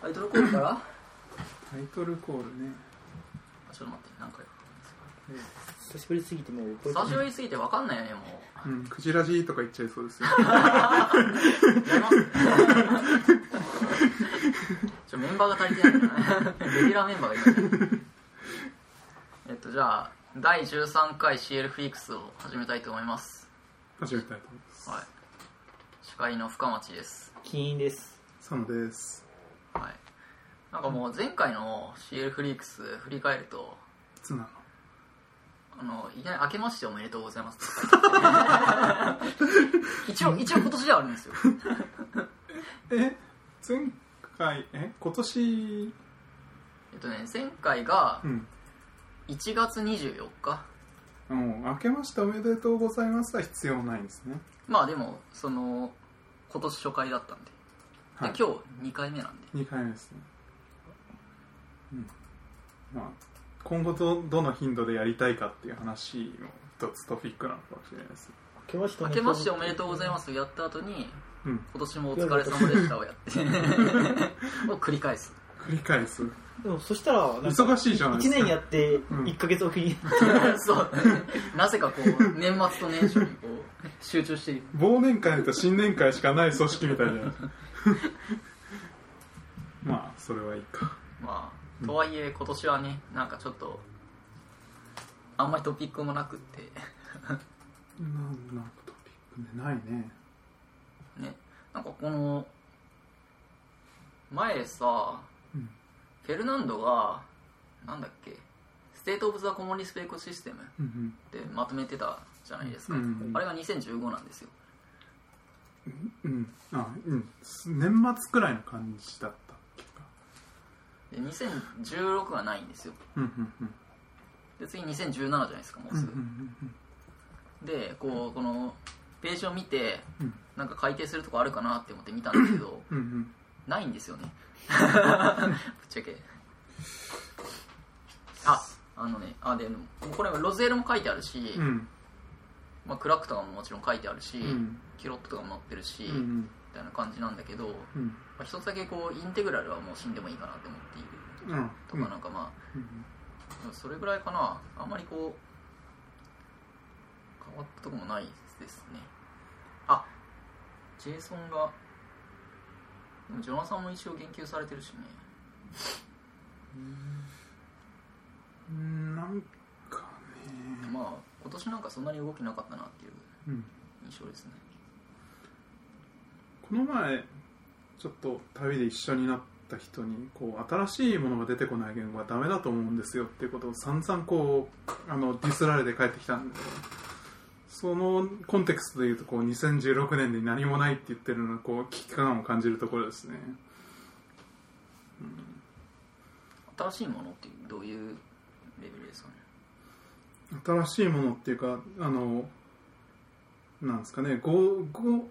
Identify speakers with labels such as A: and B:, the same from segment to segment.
A: タイトルコールからあ
B: タイトルコールね
A: ちょっと待って何回
C: 久しぶりすぎてもう覚え
A: ス
C: て
A: タジ
C: ない
A: オについて分かんないよねも
B: うんクジラジーとか言っちゃいそう ですよ
A: うやりますねちょメンバーが足りてないんだよねレギュラーメンバーがいないねえっとじゃあ第13回 CL フィークスを始めたいと思います
B: 始めたいと思います
A: はい司会の深町です
C: 金印です
B: サムです
A: はいなんかもう前回の CL フリークス振り返ると
B: ツナの
A: あのいきなり「明けましておめでとうございます」一応一応今年ではあるんですよ
B: え前回え今年
A: えっとね前回が
B: うん
A: 1月24日
B: うん明けましておめでとうございますは必要ないんですね
A: まあでもその今年初回だったんで,で、
B: はい
A: 今日2回目なんで
B: 2回目ですねうんまあ今後どどの頻度でやりたいかっていう話の一つトピックなのかもしれないですね
C: 明けまし
A: 「
C: て
A: 明けましておめでとうございます」をやった後に
B: うん
A: 「今年もお疲れ様でした」をやって を繰り返す
B: 繰り返す
C: すでもそしたらなんか
B: 忙しいじゃないです
C: 1
B: か
C: 年やって
B: ん
C: 1ヶ月おきに
A: そうだねなぜかこう年末と年初にこう集中している
B: 忘年会と新年会しかない組織みたいじゃないまあそれはいいか
A: まあとはいえ今年はねなんかちょっとあんまりトピックもなくって
B: なんなんかトピックねないね
A: ねなんかこの前さ、
B: うん
A: フェルナンドがなんだっけステート・オブ・ザ・コモン・リスペクト・システム
B: うん
A: でまとめてたじゃないですか、
B: うん
A: あれが2015なんですよ
B: うんうんあうん年末くらいの感じだったっけか
A: で2016がないんですよ
B: うんうんうん
A: で次2017じゃないですかもう
B: うんう
A: す
B: ん
A: ぐ、でこうこのページを見て
B: うん
A: なんか改定するとこあるかなって思って見たんですけ ど
B: うんうん
A: ないんです よねぶっちゃけああのねあでもこれはロズエルも書いてあるし、
B: うん
A: まあ、クラックとかももちろん書いてあるし、
B: うん
A: キュロットとかも載ってるし、
B: うんう
A: み
B: ん
A: たいな感じなんだけど、ま
B: うん
A: あ、一つだけこうインテグラルはもう死んでもいいかなって思っている
B: うん
A: とか、なんかま
B: うん
A: あそれぐらいかなあんまりこう変わったとこもないですねあジェイソンがでもジョナサンも一応言及されてるしね
B: うんなんかね
A: まあ今年なんかそんなに動きなかったなっていう
B: うん
A: 印象ですね
B: この前ちょっと旅で一緒になった人にこう新しいものが出てこない言語はダメだと思うんですよっていうことを散々こうあのディスられて帰ってきたんでそのコンテクストでいうとこう2016年で何もないって言ってるのがこう危機感を感じるところですね
A: 新しいものっていうどういうレベルですかね
B: 新しいものっていうかあのなんですかねごご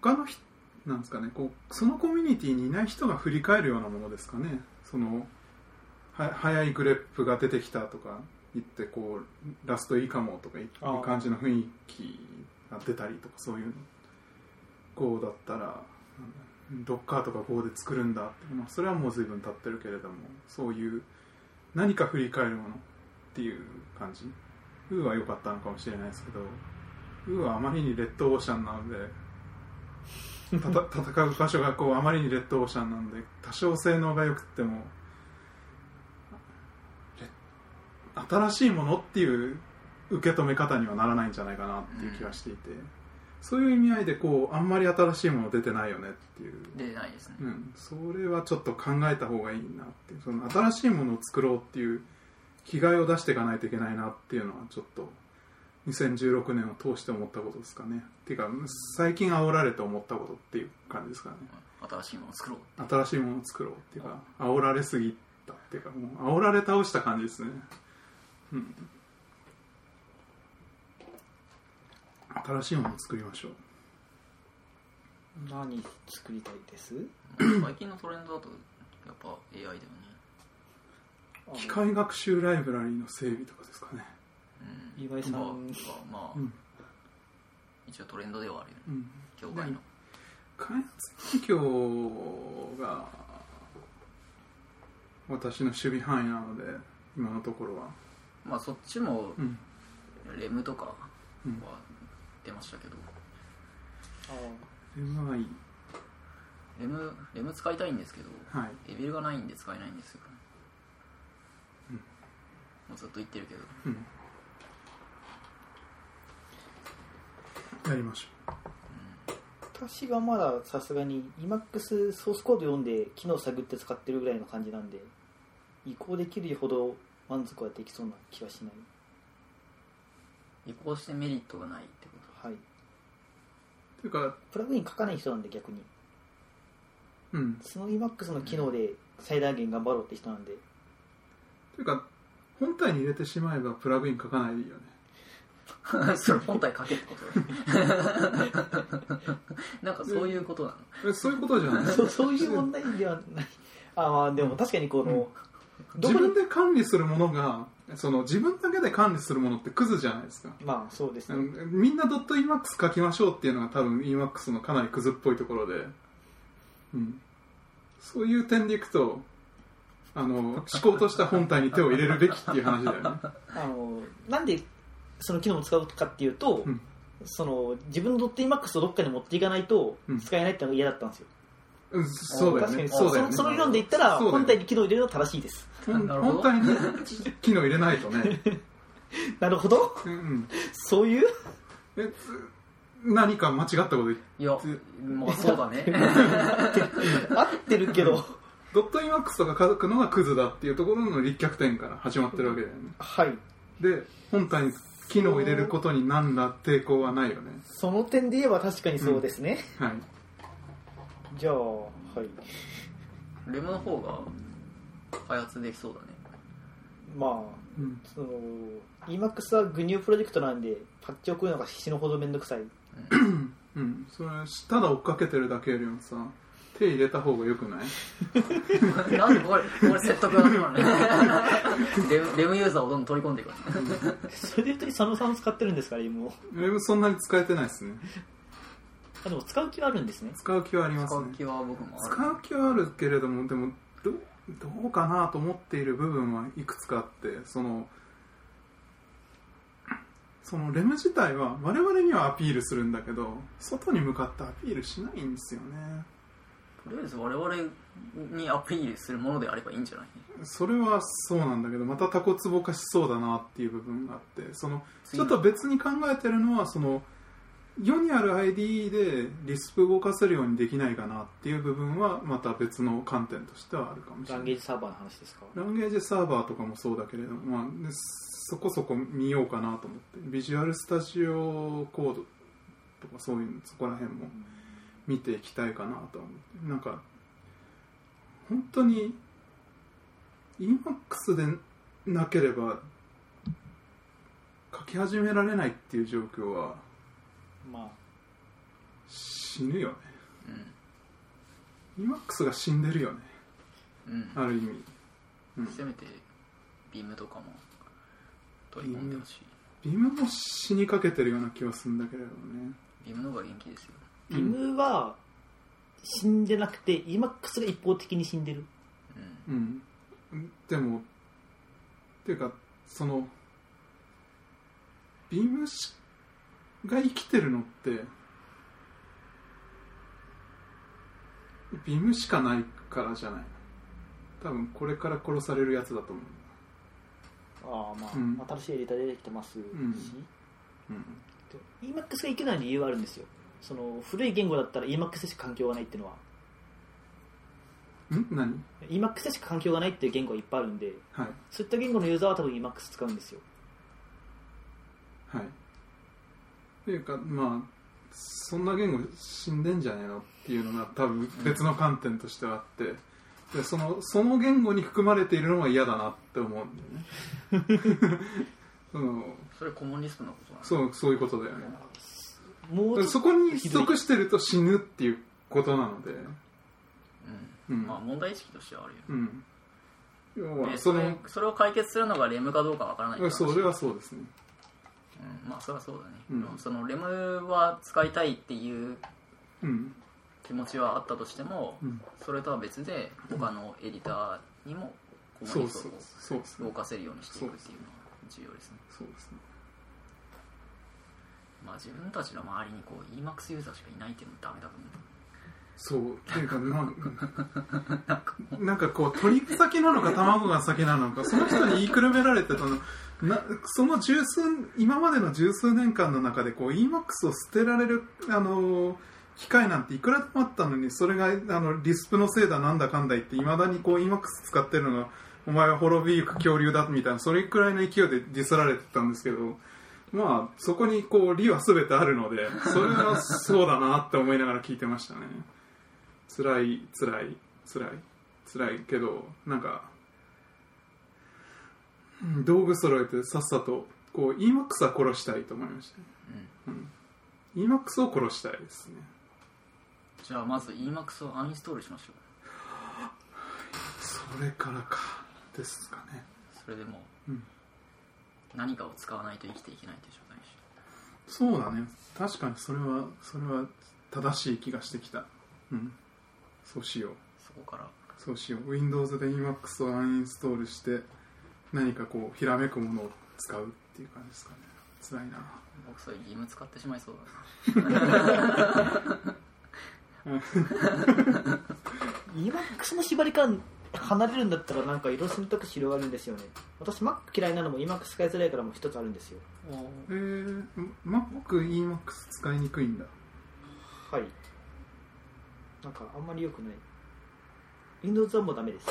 B: 他の人なんですかねこうそのコミュニティにいない人が振り返るようなものですかねそのは早いグレップが出てきたとか言ってこうラストいいかもとか
C: あ
B: い
C: あ
B: う感じの雰囲気が出たりとかそういうこうだったらなんだドッカーとか Go で作るんだって、まあ、それはもう随分経ってるけれどもそういう何か振り返るものっていう感じウーは良かったのかもしれないですけどウーはあまりにレッドオーシャンなのでたた戦う場所がこうあまりにレッドオーシャンなので多少性能が良くってもレ新しいものっていう受け止め方にはならないんじゃないかなっていう気がしていて、そういう意味合いでこうあんまり新しいもの出てないよねっていう
A: 出てないですね
B: うん、それはちょっと考えた方がいいなっていうその新しいものを作ろうっていう気概を出していかないといけないなっていうのはちょっと2016年を通して思ったことですかねっていうか最近煽られて思ったことっていう感じですかね
A: 新しいものを作ろう
B: 新しいものを作ろうっていうか煽られすぎたっていうかもう煽られ倒した感じですねうん新しいものを作りましょう
C: 何作りたいです
A: 最近のトレンドだとやっぱ AI だよね
B: 機械学習ライブラリーの整備とかですかね
A: うん
C: 岩井さん
A: まあまあ、
B: うん
A: 一応トレンドではあるよね
B: うん
A: 業界の
B: で開発環境が私の守備範囲なので今のところは、
A: まあそっちも
B: うん
A: レムとかは
B: うん、
A: 出ましたけど、
B: それはいい
A: レムレム使いたいんですけど
B: はい
A: レベルがないんで使えないんですよ、
B: うん
A: もうずっと言ってるけど
B: うんやりましょ
C: 私がまださすがに Emacs ソースコード読んで機能探って使ってるぐらいの感じなんで移行できるほど満足はできそうな気はしない
A: 移行してメリットがないってこと
C: はい、
B: うというか
C: プラグイン書かない人なんで逆に
B: うん
C: その Emacs の機能で最大限頑張ろうって人なんで
B: というか本体に入れてしまえばプラグイン書かないでいいよね
A: それ本体かけってこと なんかそういうことなの
B: えそういうことじゃない
C: そうそういう問題ではないあまあでも確かにこの、ど
B: 自
C: こに
B: 分で管理するものがその自分だけで管理するものってクズじゃないですか
C: まあそうです
B: あ
C: ね、
B: のみんな .emax 書きましょうっていうのが多分 emax のかなりクズっぽいところで、うん、そういう点でいくとあの思考とした本体に手を入れるべきっていう話だよね、
C: あのなんでその機能を使うかっていうと、
B: うん
C: その自分のドット Emacs をどっかに持っていかないと
B: うん
C: 使えないってのが嫌だったんですよ、
B: うん、そうだよ
C: 確か
B: ね
C: に
B: そうだよね
C: その理論で言った
B: そう
C: ら
B: だよね
C: 本体に機能を入れるのは正しいです
B: 本
A: なるほど
B: 本体に機能入れないと ね、
C: なるほど
B: うん、
C: そういう
B: えつ何か間違ったこと言って
A: いやまあそうだね
C: 合ってるけど、
B: ドット .emax とか書くのがクズだっていうところの立脚点から始まってるわけだよね
C: はい
B: で本体に機能を入れることに何ら抵抗はないよね
C: その点で言えば確かにそうですね、
B: はい
C: じゃあはい
A: レムの方が開発できそうだね
C: まあ
B: うん
C: その Emacs は GNU プロジェクトなんでパッチを組むのが死ぬほどめんどくさい
B: うん、それただ追っかけてるだけよりもさ手入れた方がよくない
A: なんでこれ、これ説得がなくなるの レムレムユーザーをどんどん取り込んでいくから
C: それで言うと佐野さん使ってるんですから今も
B: ウェブそんなに使えてないですね
C: あでも使う気はあるんですね
B: 使う気はあります
A: 使う
B: ね
A: 気は僕もある
B: 使う気はあるけれどもでもどどうかなと思っている部分はいくつかあってそのそのレム自体は我々にはアピールするんだけど外に向かってアピールしないんですよね
A: とりあえず我々にアピールするものであればいいんじゃない
B: それはそうなんだけどまたタコツボ化しそうだなっていう部分があってそのち
A: 次
B: ょっと別に考えてるのはその世にある ID でリスプ動かせるようにできないかなっていう部分はまた別の観点としてはあるかもしれ
C: ラ
B: な
C: ン
B: い
C: ゲージサーバーの話ですか
B: ランゲージサーバーとかもそうだけれども、まあ、ねそこそこ見ようかなと思ってビジュアルスタジオコードとかそういうのそこら辺も見ていきたいかなとは思ってなんか本当に EMAX でなければ書き始められないっていう状況は
C: ま
B: 死ぬよね
A: う
B: EMAX が死んでるよね
A: んうん
B: ある意味うん
A: せめてビームとかも取り込んでほしい
B: ビームも死にかけてるような気はするんだけれどね
A: ビームの方が元気ですよ
C: あ、ビムは死んでなくて EMAX が一方的に死んでる
A: うん
B: うん、でもっていうかそのビームしが生きてるのってビームしかないからじゃない多分これから殺されるやつだと思
C: ああまあ、
B: うん
C: 新しいデータ出てきてますし、
B: ん
C: EMAX がいけない理由はあるんですよその古い言語だったら EMAX でしか環境がないっていうのは
B: う、うん、ん何
C: EMAX でしか環境がないっていう言語はいっぱいあるんで
B: はい
C: そういった言語のユーザーは多分 EMAX 使うんですよ
B: はいっていうかまあそんな言語死んでんじゃねえのっていうのが多分別の観点としてはあって、でそのその言語に含まれているのは嫌だなって思うんだよね その
A: それコモンリストのことなの
B: そうそういうことだよね
C: もうちょっ
B: そこに属してると死ぬっていうことなので
A: うん
B: うん
A: まあ問題意識としてはあるよ
B: うん要
A: ね
B: は
A: そ
B: そ
A: れ
B: の
A: それを解決するのがレムかどうかわからないから
B: それはそうですね
A: うんまあそれはそうだね、
B: うん
A: そのレムは使いたいっていう
B: うん
A: 気持ちはあったとしても、
B: うん、
A: それとは別で他のエディターにもコミ
B: そ
A: ュ
B: う
A: ニ
B: そ
A: ケ
B: う
A: ーシ
B: そうです
A: ョンを動
B: ね
A: かせるようにしていくっていうのは重要ですね、
B: そうですね
A: まあ、自分たちの周りにこう EMAX ユーザーしかいないっていうのもダメだと思う
B: そうっていうかな なんかこう鳥が先なのか卵が先なのかその人に言いくるめられてたのなその十数今までの十数年間の中でこう EMAX を捨てられる、あのー機会なんていくらでもあったのにそれがあのリスプのせいだなんだかんだ言っていまだにこう EMAX 使ってるのがお前は滅びゆく恐竜だみたいなそれくらいの勢いでディスられてたんですけどまあそこにこう理は全てあるのでそれはそうだなって思いながら聞いてましたね。辛い辛い辛い辛いけどなんかうん道具揃えてさっさとこう EMAX は殺したいと思いましたね、
A: うん
B: うん、EMAX を殺したいですね
A: じゃあまず EMAX をアンインストールしましょう
B: それからかですかね
A: それでもう
B: うん
A: 何かを使わないと生きていけないという状態にしよ
B: そうだね確かにそれはそれは正しい気がしてきたうんそうしよう
A: うそこから
B: そうしよう Windows で EMAX をアンインストールして何かこうひらめくものを使うっていう感じですかね辛いな
A: 僕それ義務使ってしまいそうだな
C: 今その縛りから離れるんだったらなんかいろいろ選択肢広がるんですよね私 Mac 嫌いなのも今使いづらいからもう一つあるんですよ
B: えー、ま、僕 EMAX 使いにくいんだ。
C: はいなんかあんまり良くない Windows はもうダメです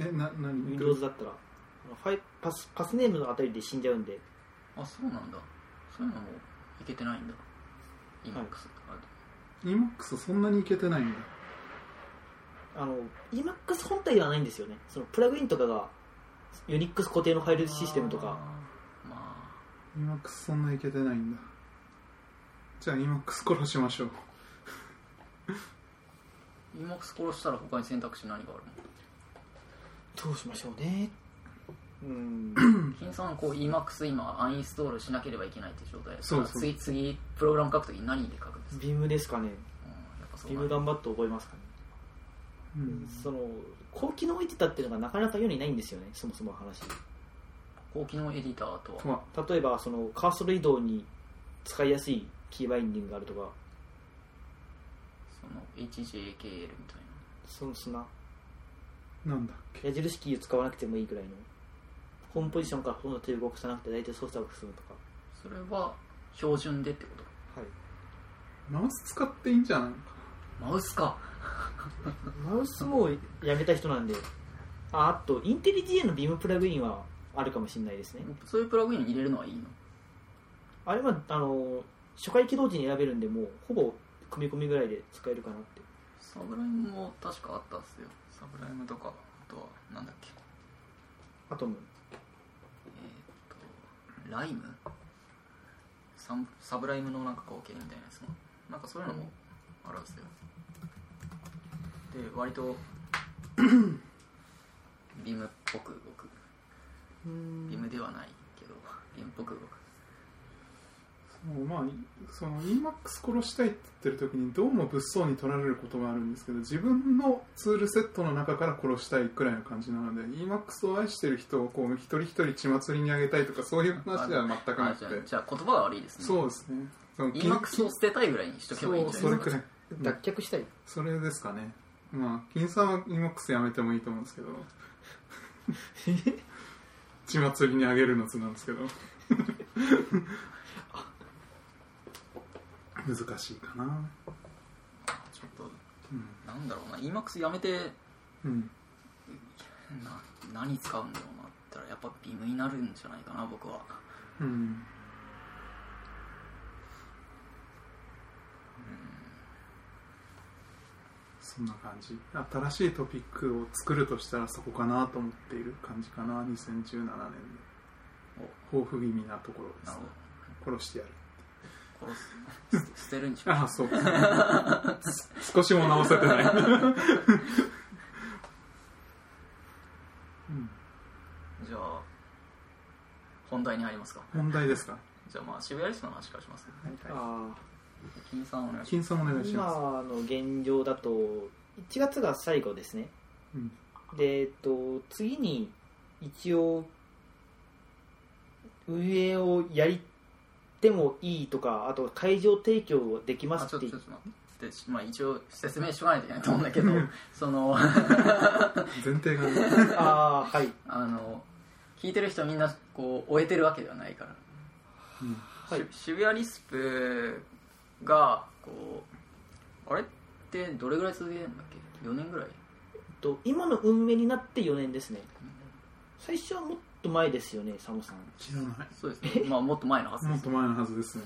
B: え、な、何
C: Windows だったらあのファイパスパスネームのあたりで死んじゃうんで
A: あそうなんだそういうのもいけてないんだ EMAX、
C: はい
A: あ
B: ?EMAX そんなにいけてないんだ。
C: あの Emacs 本体ではないんですよねそのプラグインとかが Unix 固定のファイルシステムとか
A: あーま
B: EMAX そんないけてないんだ。じゃあ EMAX 殺しましょう。
A: あ EMAX 殺したら他に選択肢何があるの
C: どうしましょうねうー ん
A: 金さんはこう EMAX 今アンインストールしなければいけないっていう状態です
B: そうそう
A: 次次プログラム書くとき何で書くんですか、
C: ビームですか
A: う
C: ね
A: ん、やっぱそう
C: ビー
A: な
C: ム
A: んだ
C: 頑張って覚えますかね
B: うん。
C: その高機能エディターっていうのがなかなか世にないんですよねそもそもの話
A: 高機能エディターとは
B: とは、
C: 例えばそのカーソル移動に使いやすいキーバインディングがあるとか
A: その HJKL みたい
C: そのそんな
B: なんだっけ。
C: 矢印キーを使わなくてもいいぐらいのホームポジションからほとんど手を動かさなくて大体操作が進むとか
A: なそれは標準でってこと
C: はい
B: マウス使っていいんじゃないのか。
A: マウスか
C: マウスもやめた人なんでああとインテリ GA のビームプラグインはあるかもしれないですね
A: そういうプラグイン入れるのはいいの
C: あれはあの初回起動時に選べるんでもうほぼ組み込みぐらいで使えるかなって
A: サブライムも確かあったっすよサブライムとかあとはなんだっけ
C: あとも
A: えーっとライムサンサブライムのなんか光景みたいなやつもなんかそういうのもあるんですよで割 とビームっぽく動く
C: うー
A: ビー
C: ん
A: ムではないけどビームっぽく動く
B: そうまあ、その EMAX 殺したいって言ってる時にどうも物騒に取られることがあるんですけど自分のツールセットの中から殺したいくらいの感じなので EMAX を愛してる人をこう一人一人血祭りにあげたいとかそういう話では全くな
A: あじ
B: く
A: ゃあ
B: て
A: じゃあ言葉が悪いですね
B: そうですねその
A: EMAX を捨てたいぐらいにしとけばいいんじゃ
B: そうそ
A: な
B: れ
A: いです
B: く
A: から
B: い
C: 脱却したい
B: それですかねまあ金さんは EMAX やめてもいいと思うんです けど血祭りにあげるのつなんですけ ど難しいかな
A: ちょっと
B: うん
A: なんだろうな EMAX やめて
B: うん
A: な何使うんだろうなって言ったらやっぱビームになるんじゃないかな僕は
B: うんそんな感じ新しいトピックを作るとしたらそこかなと思っている感じかな2017年で
A: お
B: 抱負気味なところで
A: な
B: す
A: る
B: ね殺してやる
A: ほど殺す捨てるにしましょう
B: ああそうす少しも直せてな
A: じ
B: い、うん、
A: ゃあ本題に入りますか
B: 問題ですか
A: じゃあまあ渋谷リストの話からします、
B: はい
C: ああ
A: 金さんお願いしま
B: 金さんお願いしま
C: 今の現状だと1月が最後ですね
B: す、うん、
C: で、えっと、次に一応運営をやりてもいいとかあと会場提供できます
A: あ
C: っ
A: ちょ
C: て
A: っと
C: 言
A: ち
C: っ
A: ょっと待ってしまあ、一応説明しとかないといけないと思うんだけど その
B: 前提がね
C: ああはい
A: あの聞いてる人みんなこう終えてるわけではないから
B: うん
C: はい
A: し渋谷リスプがこうあれってどれぐらい続けてるんだっけ4年ぐらい
C: えっと今の運営になって4年ですね最初はもっと前ですよねサモさん
B: 知らな
A: そうですねまあもっと前のはず
B: いも
A: で
B: っ
A: す、
B: と前のはずですね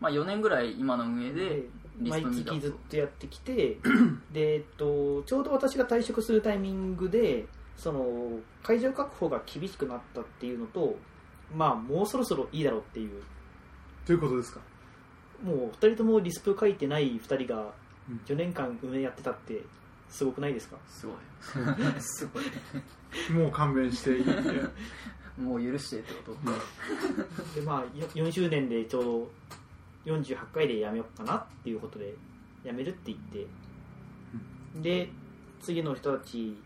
A: まあ、4年ぐらい今の運営でリス
C: 毎
A: プ見た
C: 月ずっとやってきてで、えっと、ちょうど私が退職するタイミングでその会場確保が厳しくなったっていうのとまあもうそろそろいいだろうっていう
B: ということですか
C: もう2人ともリスプ書いてない2人が
B: うん
C: 4年間運営やってたってすごくないですか
A: すごい すごい
B: もう勘弁して いいって
A: もう許してってこと
C: でまあよ4周年でちょうど48回でやめようかなっていうことでやめるって言ってで次の人たち、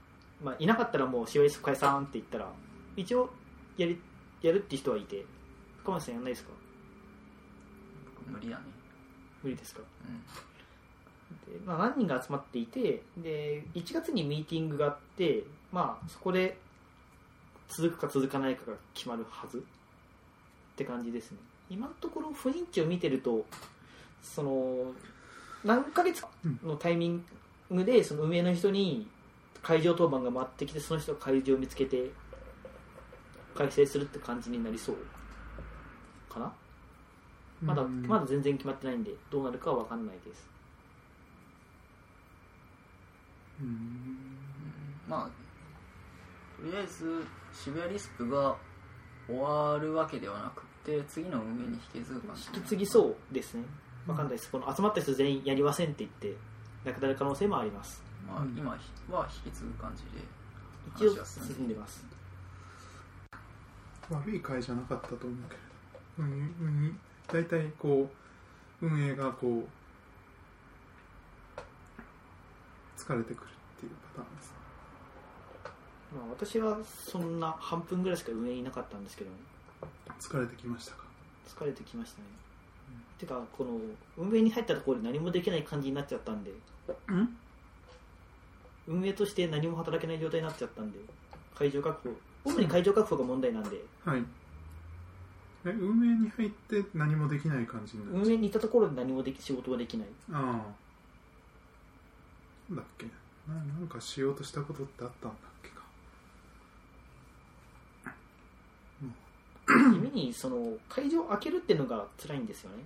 C: まあ、いなかったらもう CYS 解散って言ったら一応やりやるって人はいて深町さんやんないですか
A: 無理だね
C: 無理ですか
A: うん
C: で、まあ、何人が集まっていてで1月にミーティングがあって、まあ、そこで続くか続かないかが決まるはずって感じですね今のところ雰囲気を見てるとその何ヶ月かのタイミングでその運営の人に会場当番が回ってきてその人が会場を見つけて改正するって感じになりそうかなまだ
B: うん
C: まだ全然決まってないんでどうなるかは分かんないです
B: うん
A: まあとりあえず渋谷リスプが終わるわけではなくて次の運営に引き継ぐ感じ
C: 引き継ぎそうですね分かんないですこの集まった人全員やりませんって言ってなくなる可能性もあります
A: まあ、
B: うん
A: 今は引き継ぐ感じで
C: 一応
A: 話は
C: 進んでます
B: 悪い会じゃなかったと思うけれど、うんうん、大体こう運営がこう疲れてくるっていうパターンです
C: まあ私はそんな半分ぐらいしか運営いなかったんですけど
B: 疲れてきましたか
C: 疲れてきましたね、てかこの運営に入ったところで何もできない感じになっちゃったんで
B: うん
C: 運営として何も働けない状態になっちゃったんで会場確保主に会場確保が問題なんで
B: はいえ運営に入って何もできない感じになっち
C: 運営にいたところで何もでき仕事ができ ない
B: ゃうああなんだっけななんかしようとしたことってあったんだっけか
C: 地味にその会場を開けるっていうのが辛いんですよね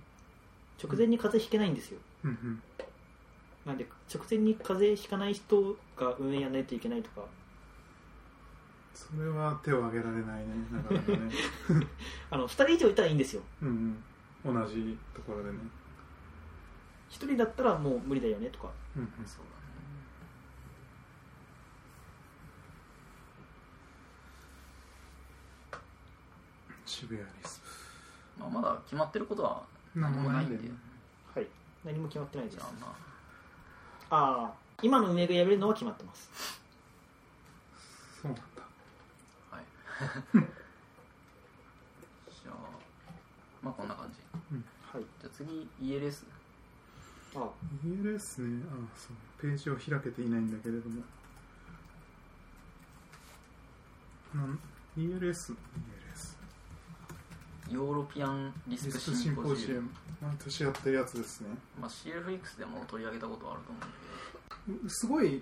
C: 直前に風邪ひけないんですよ
B: うんうん
C: なんで直前に風邪ひかない人が運営やらないといけないとか
B: それは手を挙げられないねなかな かね
C: あの2人以上いたらいいんですよ
B: うん、うん、同じところでね
C: 1人だったらもう無理だよねとか
B: うんうん
A: そうだね
B: 渋谷リス
A: まあ、まだ決まってることは
B: プ
A: 何もないんで
C: はい何も決まってないで
A: じ
C: す
A: ゃ
C: あ
A: あま
C: あー今の運営がやめるのは決まってます
B: そうなんだ
A: あはいじゃあまあこんな感じ
C: はい
A: じゃあ次 ELS
C: あー
B: ELS ねあそうページを開けていないんだけれどもなん ELS の ELS
A: ヨーロピアンリス
B: リ
A: ク
B: スクシ
A: シ
B: ン
A: ン
B: ポ
A: ポジ
B: ジ
A: ウ
B: ウ
A: ム、
B: ム毎年やってるやつですね
A: まあ、CFX でも取り上げたことはあると思うんだ
B: うすごい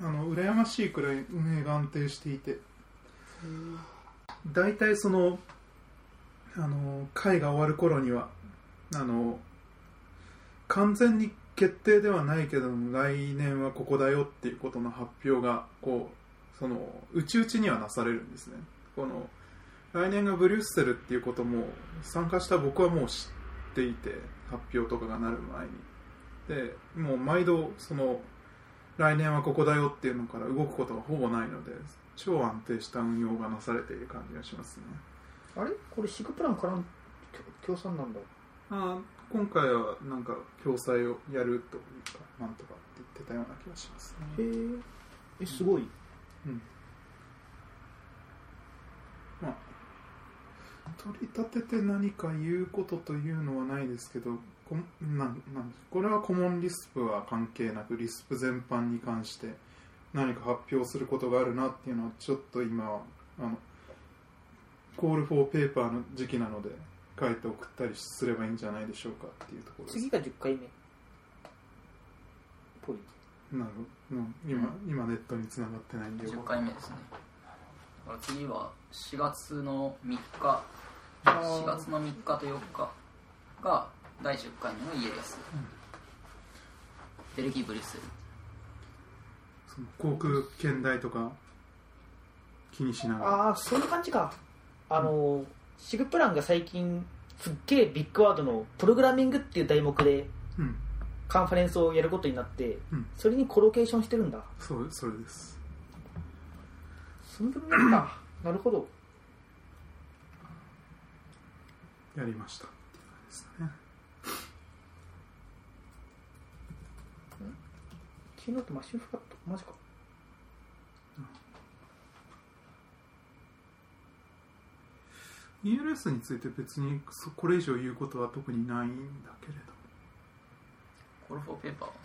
B: あの羨ましいくらい運営が安定していて大体そのあの会が終わる頃にはあの完全に決定ではないけども来年はここだよっていうことの発表がこうその内々にはなされるんですねこの来年がブリュッセルっていうことも参加した僕はもう知っていて発表とかがなる前にでもう毎度その来年はここだよっていうのから動くことがほぼないので超安定した運用がなされている感じがしますね
C: あれこれシグプランからの協協賛なんだ
B: ああ今回はなんか共催をやるというかなんとかって言ってたような気がします
C: へ
B: ね、
C: ーえすごい
B: うん、まあ取り立てて何か言うことというのはないですけどこなんなんこれはコモンリスプは関係なくリスプ全般に関して何か発表することがあるなっていうのをちょっと今あのコール・フォー・ペーパーの時期なので書いて送ったりすればいいんじゃないでしょうかっていうところです
C: 次が10回目ぽい
B: なるほど、うん今今ネットに繋がってないんでよ
A: 10回目ですねだから次は4月の3日4
B: あ
A: 月の3日と4日が第10回目のイエス、ベルギー・ブリュッセル
B: ーその航空券代とか気にしながら
C: ああそういう感じかあのーシグプランが最近すっげえビッグワードのプログラミングっていう題目で
B: うん
C: カンファレンスをやることになって
B: うん
C: それにコロケーションしてるんだ
B: そうそれです
C: その分なん だなるほど
B: やりましたっていう感じですね
C: 昨日ってマシュフラットマジか
B: イエ s について別にそこれ以上言うことは特にないんだけれど
A: コール・フォー・ペーパー
B: こ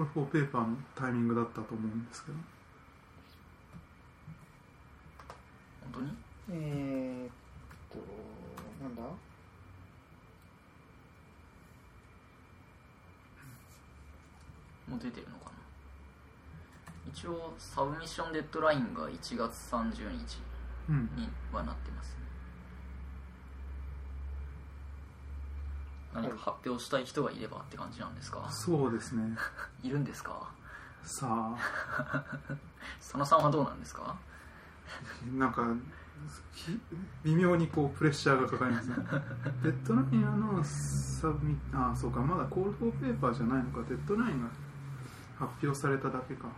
B: れフォーペーパーのタイミングだったと思うんですけど
A: 本当に
C: えー、っとなんだ
A: もう出てるのかな一応サブミッションデッドラインが1月30日
B: うん
A: にはなってますね何か発表したい人がいればって感じなんですか
B: そうですね
A: いるんですか
B: さあ
A: 佐野さんはどうなんですか
B: なんかひ微妙にこうプレッシャーがかかりますねデッドラインあのサブミあそうかまだコールドペーパーじゃないのかデッドラインが発表されただけか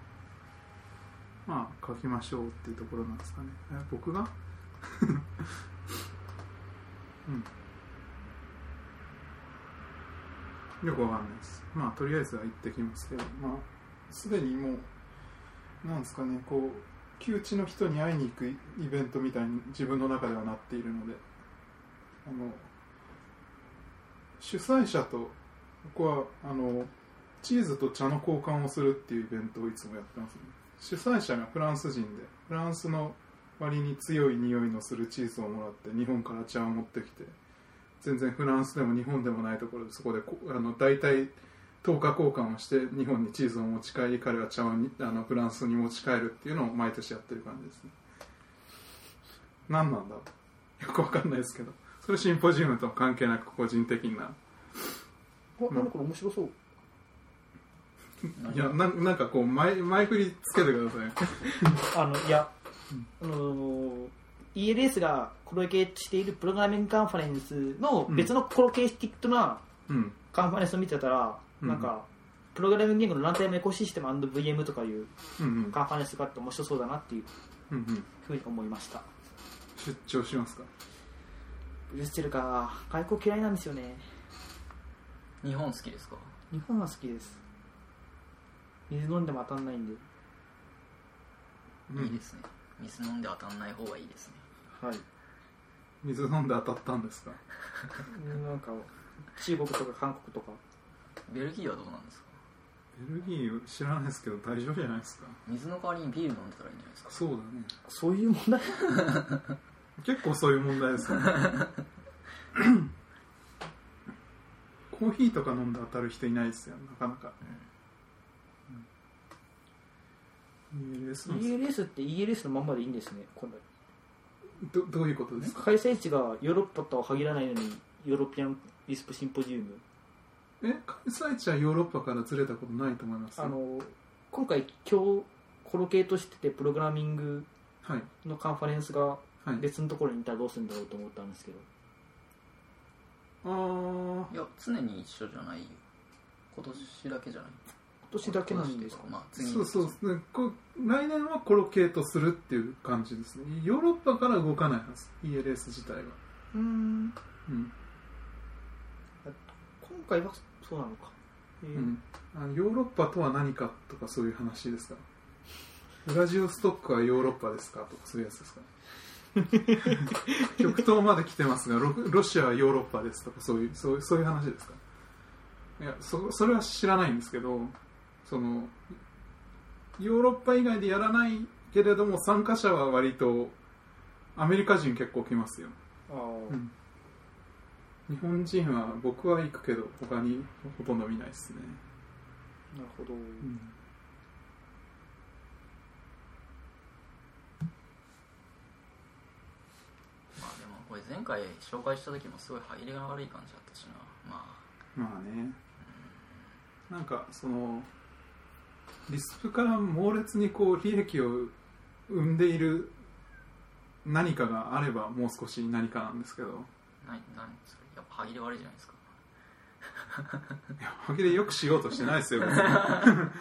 B: まあ書きましょうっていうところなんですかねえ僕が うんよくわかんないですまあとりあえずは行ってきますけどまあすでにもうなんですかねこう旧知の人に会いに行くイベントみたいに自分の中ではなっているのであの主催者と僕はあのチーズと茶の交換をするっていうイベントをいつもやってますね主催者がフランス人でフランスの割に強い匂いのするチーズをもらって日本から茶を持ってきて全然フランスでも日本でもないところでそこでこあの大体10日交換をして日本にチーズを持ち帰り彼は茶碗にあのフランスに持ち帰るっていうのを毎年やってる感じですね何なんだろうよくわかんないですけどそれシンポジウムとは関係なく個人的な
C: おなんかこれ面白そう
B: いやななんかこう前前振りつけてください
C: あのいや、あのー ELS がコロケーしているプログラミングカンファレンスの別のコロケースティックな
B: うん
C: カンファレンスを見てたら、
B: うん
C: なんかプログラミング言語のランタイムエコシステム &VM とかいう
B: うんうん
C: カンファレンスがあって面白そうだなっていう
B: うんうん
C: ふうに思いました
B: 出張しますか
C: ブリュッセルか外交嫌いなんですよね
A: 日本好きですか
C: 日本は好きです水飲んでも当たんないんで
B: うん
A: いいですね水飲んで当たんない方がいいですね
C: はい
B: 水飲んで当たったんですか
C: なんか中国とか韓国とか
A: ベルギーはどうなんですか
B: ベルギー知らないですけど大丈夫じゃないですか
A: 水の代わりにビール飲んでたらいいんじゃないですか
B: そうだね
C: そういう問題
B: 結構そういう問題 ですねコーヒーとか飲んで当たる人いないですよなかなか、うん、ELS の
C: ELS って ELS のまんまでいいんですね今度
B: どどういうことですか
C: 開催地がヨーロッパとは限らないのにヨーロピアンリスプシンポジウム
B: え開催地はヨーロッパからずれたことないと思いますよ
C: あの今回今日コロケーとしててプログラミング
B: はい
C: のカンファレンスが
B: はい
C: 別のところにいたらどうするんだろうと思ったんですけど
B: あー
A: いや常に一緒じゃないよ今年だけじゃない
C: 今年だけなんですか
A: まあ次
B: そうそうですねこ来年はコロケートするっていう感じですねヨーロッパから動かないはず ELS 自体は
C: うーん
B: うん
C: 回はそうなのか、えー
B: うん、あのヨーロッパとは何かとかそういう話ですかウラジオストックはヨーロッパですかとかそういうやつですか極東まで来てますがロロシアはヨーロッパですとかそういうそういうそういう話ですかいやそそれは知らないんですけどそのヨーロッパ以外でやらないけれども参加者は割とアメリカ人結構来ますよ
C: あー
B: うん日本人は僕は行くけど他にほとんど見ないですね、
C: なるほど、
A: まあでもこれ前回紹介した時もすごい入りが悪い感じだったしなまあ
B: まあねなんかそのリスプから猛烈にこう利益を生んでいる何かがあればもう少し何かなんですけど
A: ななんそれやっぱ歯切れ悪いじゃないですか
B: いや本気でよくしようとしてないですよ別に
A: ま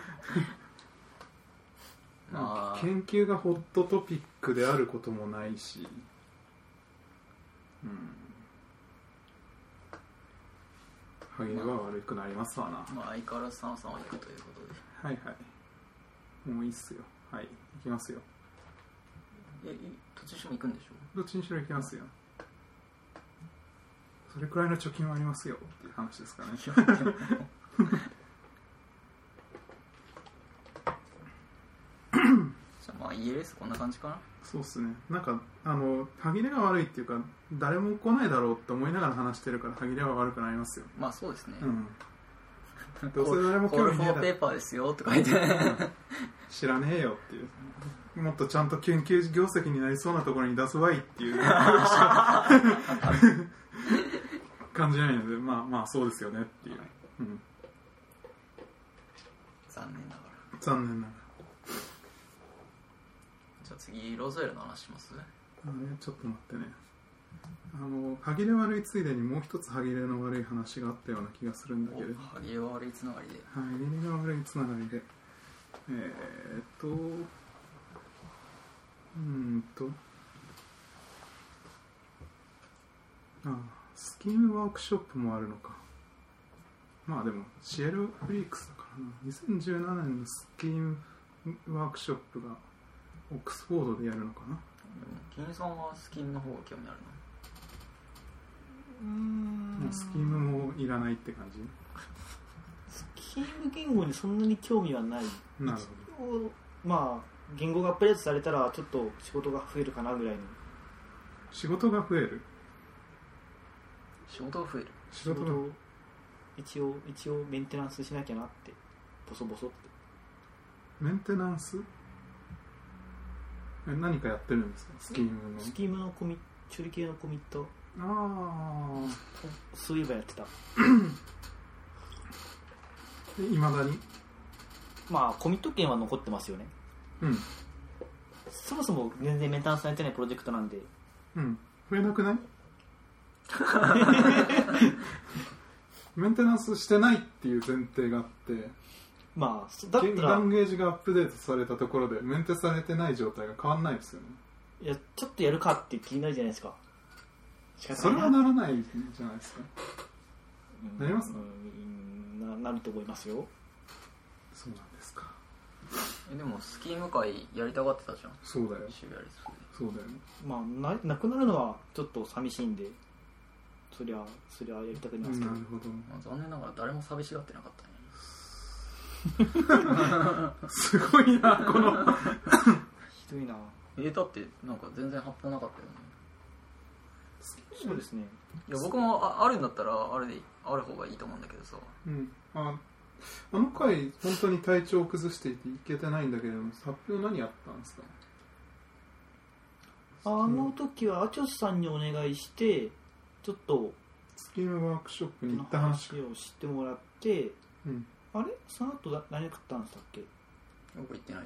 A: あ
B: 研究がホットトピックであることもないしうん歯切れは悪くなりますわな
A: まあ相変わらず佐野さんは行くということで
B: はいはいもういいっすよはい行きますよ
A: えい途中しても行くんでしょ
B: どっちにしろ行きますよそれくらいの貯金はありますよっていう話ですかね
A: じゃあまあ ELS こんな感じかな
B: そうっすねなんかあの歯切れが悪いっていうか誰も来ないだろうって思いながら話してるから歯切れは悪くなりますよ
A: まあそうですね、
B: うんどうせ誰も
A: コー
B: 興
A: ルフ
B: 味ね
A: ォーペ
B: えだ
A: ーパーですよとか言って
B: 知らねえよっていうもっとちゃんと研究業績になりそうなところに出すわいっていう感じないのでまあまあそうですよねっていう、うん、
A: 残念ながら
B: 残念ながら
A: じゃあ次ロズウェルの話します
B: あれちょっと待ってねあの歯切れ悪いついでにもう一つ歯切れの悪い話があったような気がするんだ
A: お
B: けれど
A: 歯切れ悪いつながりで
B: はい、リニア悪いつながりで。えー、っと、うーんと、あ、スキームワークショップもあるのか。まあでも、シエルフリークスだからな。2017年のスキームワークショップが、オックスフォードでやるのかな。
A: 金さんはスキンの方が興味ある
B: もうスキームもいらないって感じ。
C: スキーム言語にそんなに興味はない
B: なるほ
C: まあ言語がアップデートされたらちょっと仕事が増えるかなぐらいの
B: ど。仕事が増える。
A: の仕事が増える
B: 仕事が
C: を一応一応メンテナンスしなきゃなってボソボソって
B: メンテナンスえ何かやってるんですかスキームの
C: スキームのコミ処理系のコミット
B: ああ
C: そういえばやってた
B: いまだに
C: まあコミット権は残ってますよね
B: うん
C: そもそも全然メンテナンスされてないプロジェクトなんで
B: うん増えな くないメンテナンスしてないっていう前提があって
C: まあそだった
B: ダ
C: ら
B: ンゲージがアップデートされたところでメンテされてない状態が変わんないですよね
C: いやちょっとやるかって気になるじゃないですか仕方
B: それ
C: ない
B: はならないんじゃないですか
C: うん
B: なります
C: うんななると思いますよ
B: そうなんですか
A: えでもスキーム会やりたがってたじゃん
B: そうだよ
A: シビアリス
B: そうだよね
C: まあななくなるのはちょっと寂しいんでそりゃそりゃやりたくなりますけ
B: な
C: ど、
B: るほど
A: まあ、残念ながら誰も寂しがってなかったね
B: すごいなこの
C: ひどいな
A: えだってなんか全然発表なかったよね
C: そうですね
A: いや僕もああるんだったらあれである方がいいと思うんだけどさ
B: うん、ああの回本当に体調を崩していていけてないんだけれども発表何やったんですか
C: あの時はアチョスさんにお願いしてちょっと
B: スキームワークショップに行
C: の
B: った話
C: 話をしてもらって
B: うん
C: あれその後だ何食ったんでしたっけ
A: よく言ってない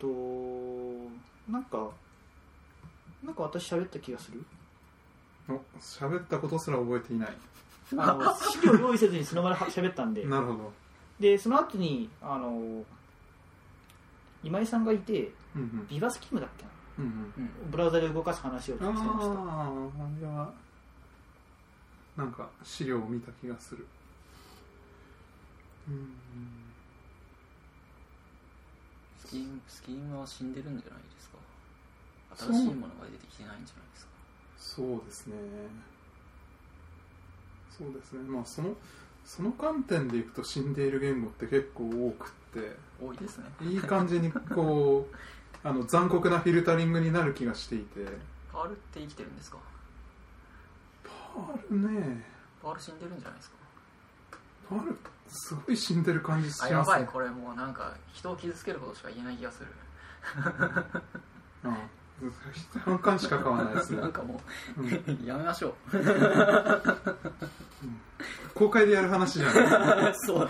A: と
C: となんかなんか私喋った気がする
B: お喋ったことすら覚えていない
C: あの資料用意せずにその場では 喋ったんで
B: なるほど
C: でその後にあの今井さんがいて
B: うんうん
C: ビバスキームだっけな
B: うん
A: 思う、
C: ブラウザで動かす話をして
B: うん
C: ました
B: あああれはなんか資料を見た気がするうん
A: スキームスキームは死んでるんじゃないですか新しいものが出てきてないんじゃないですか
B: そうですねそうですねまあそのその観点でいくと死んでいる言語って結構多くって
A: 多いですね
B: いい感じにこ うあの残酷なフィルタリングになる気がしていて
A: パールって生きてるんですか
B: パールね
A: パール死んでるんじゃないですか
B: パールすごい死んでる感じし
A: あ
B: ま
A: や
B: す
A: ばい
B: ね
A: これもうなんか人を傷つけることしか言えない気がする
B: ああ反感しか買わない ですね
A: なんかも
B: うん
A: うやめましょう
B: 公開でやる話じゃない
A: そう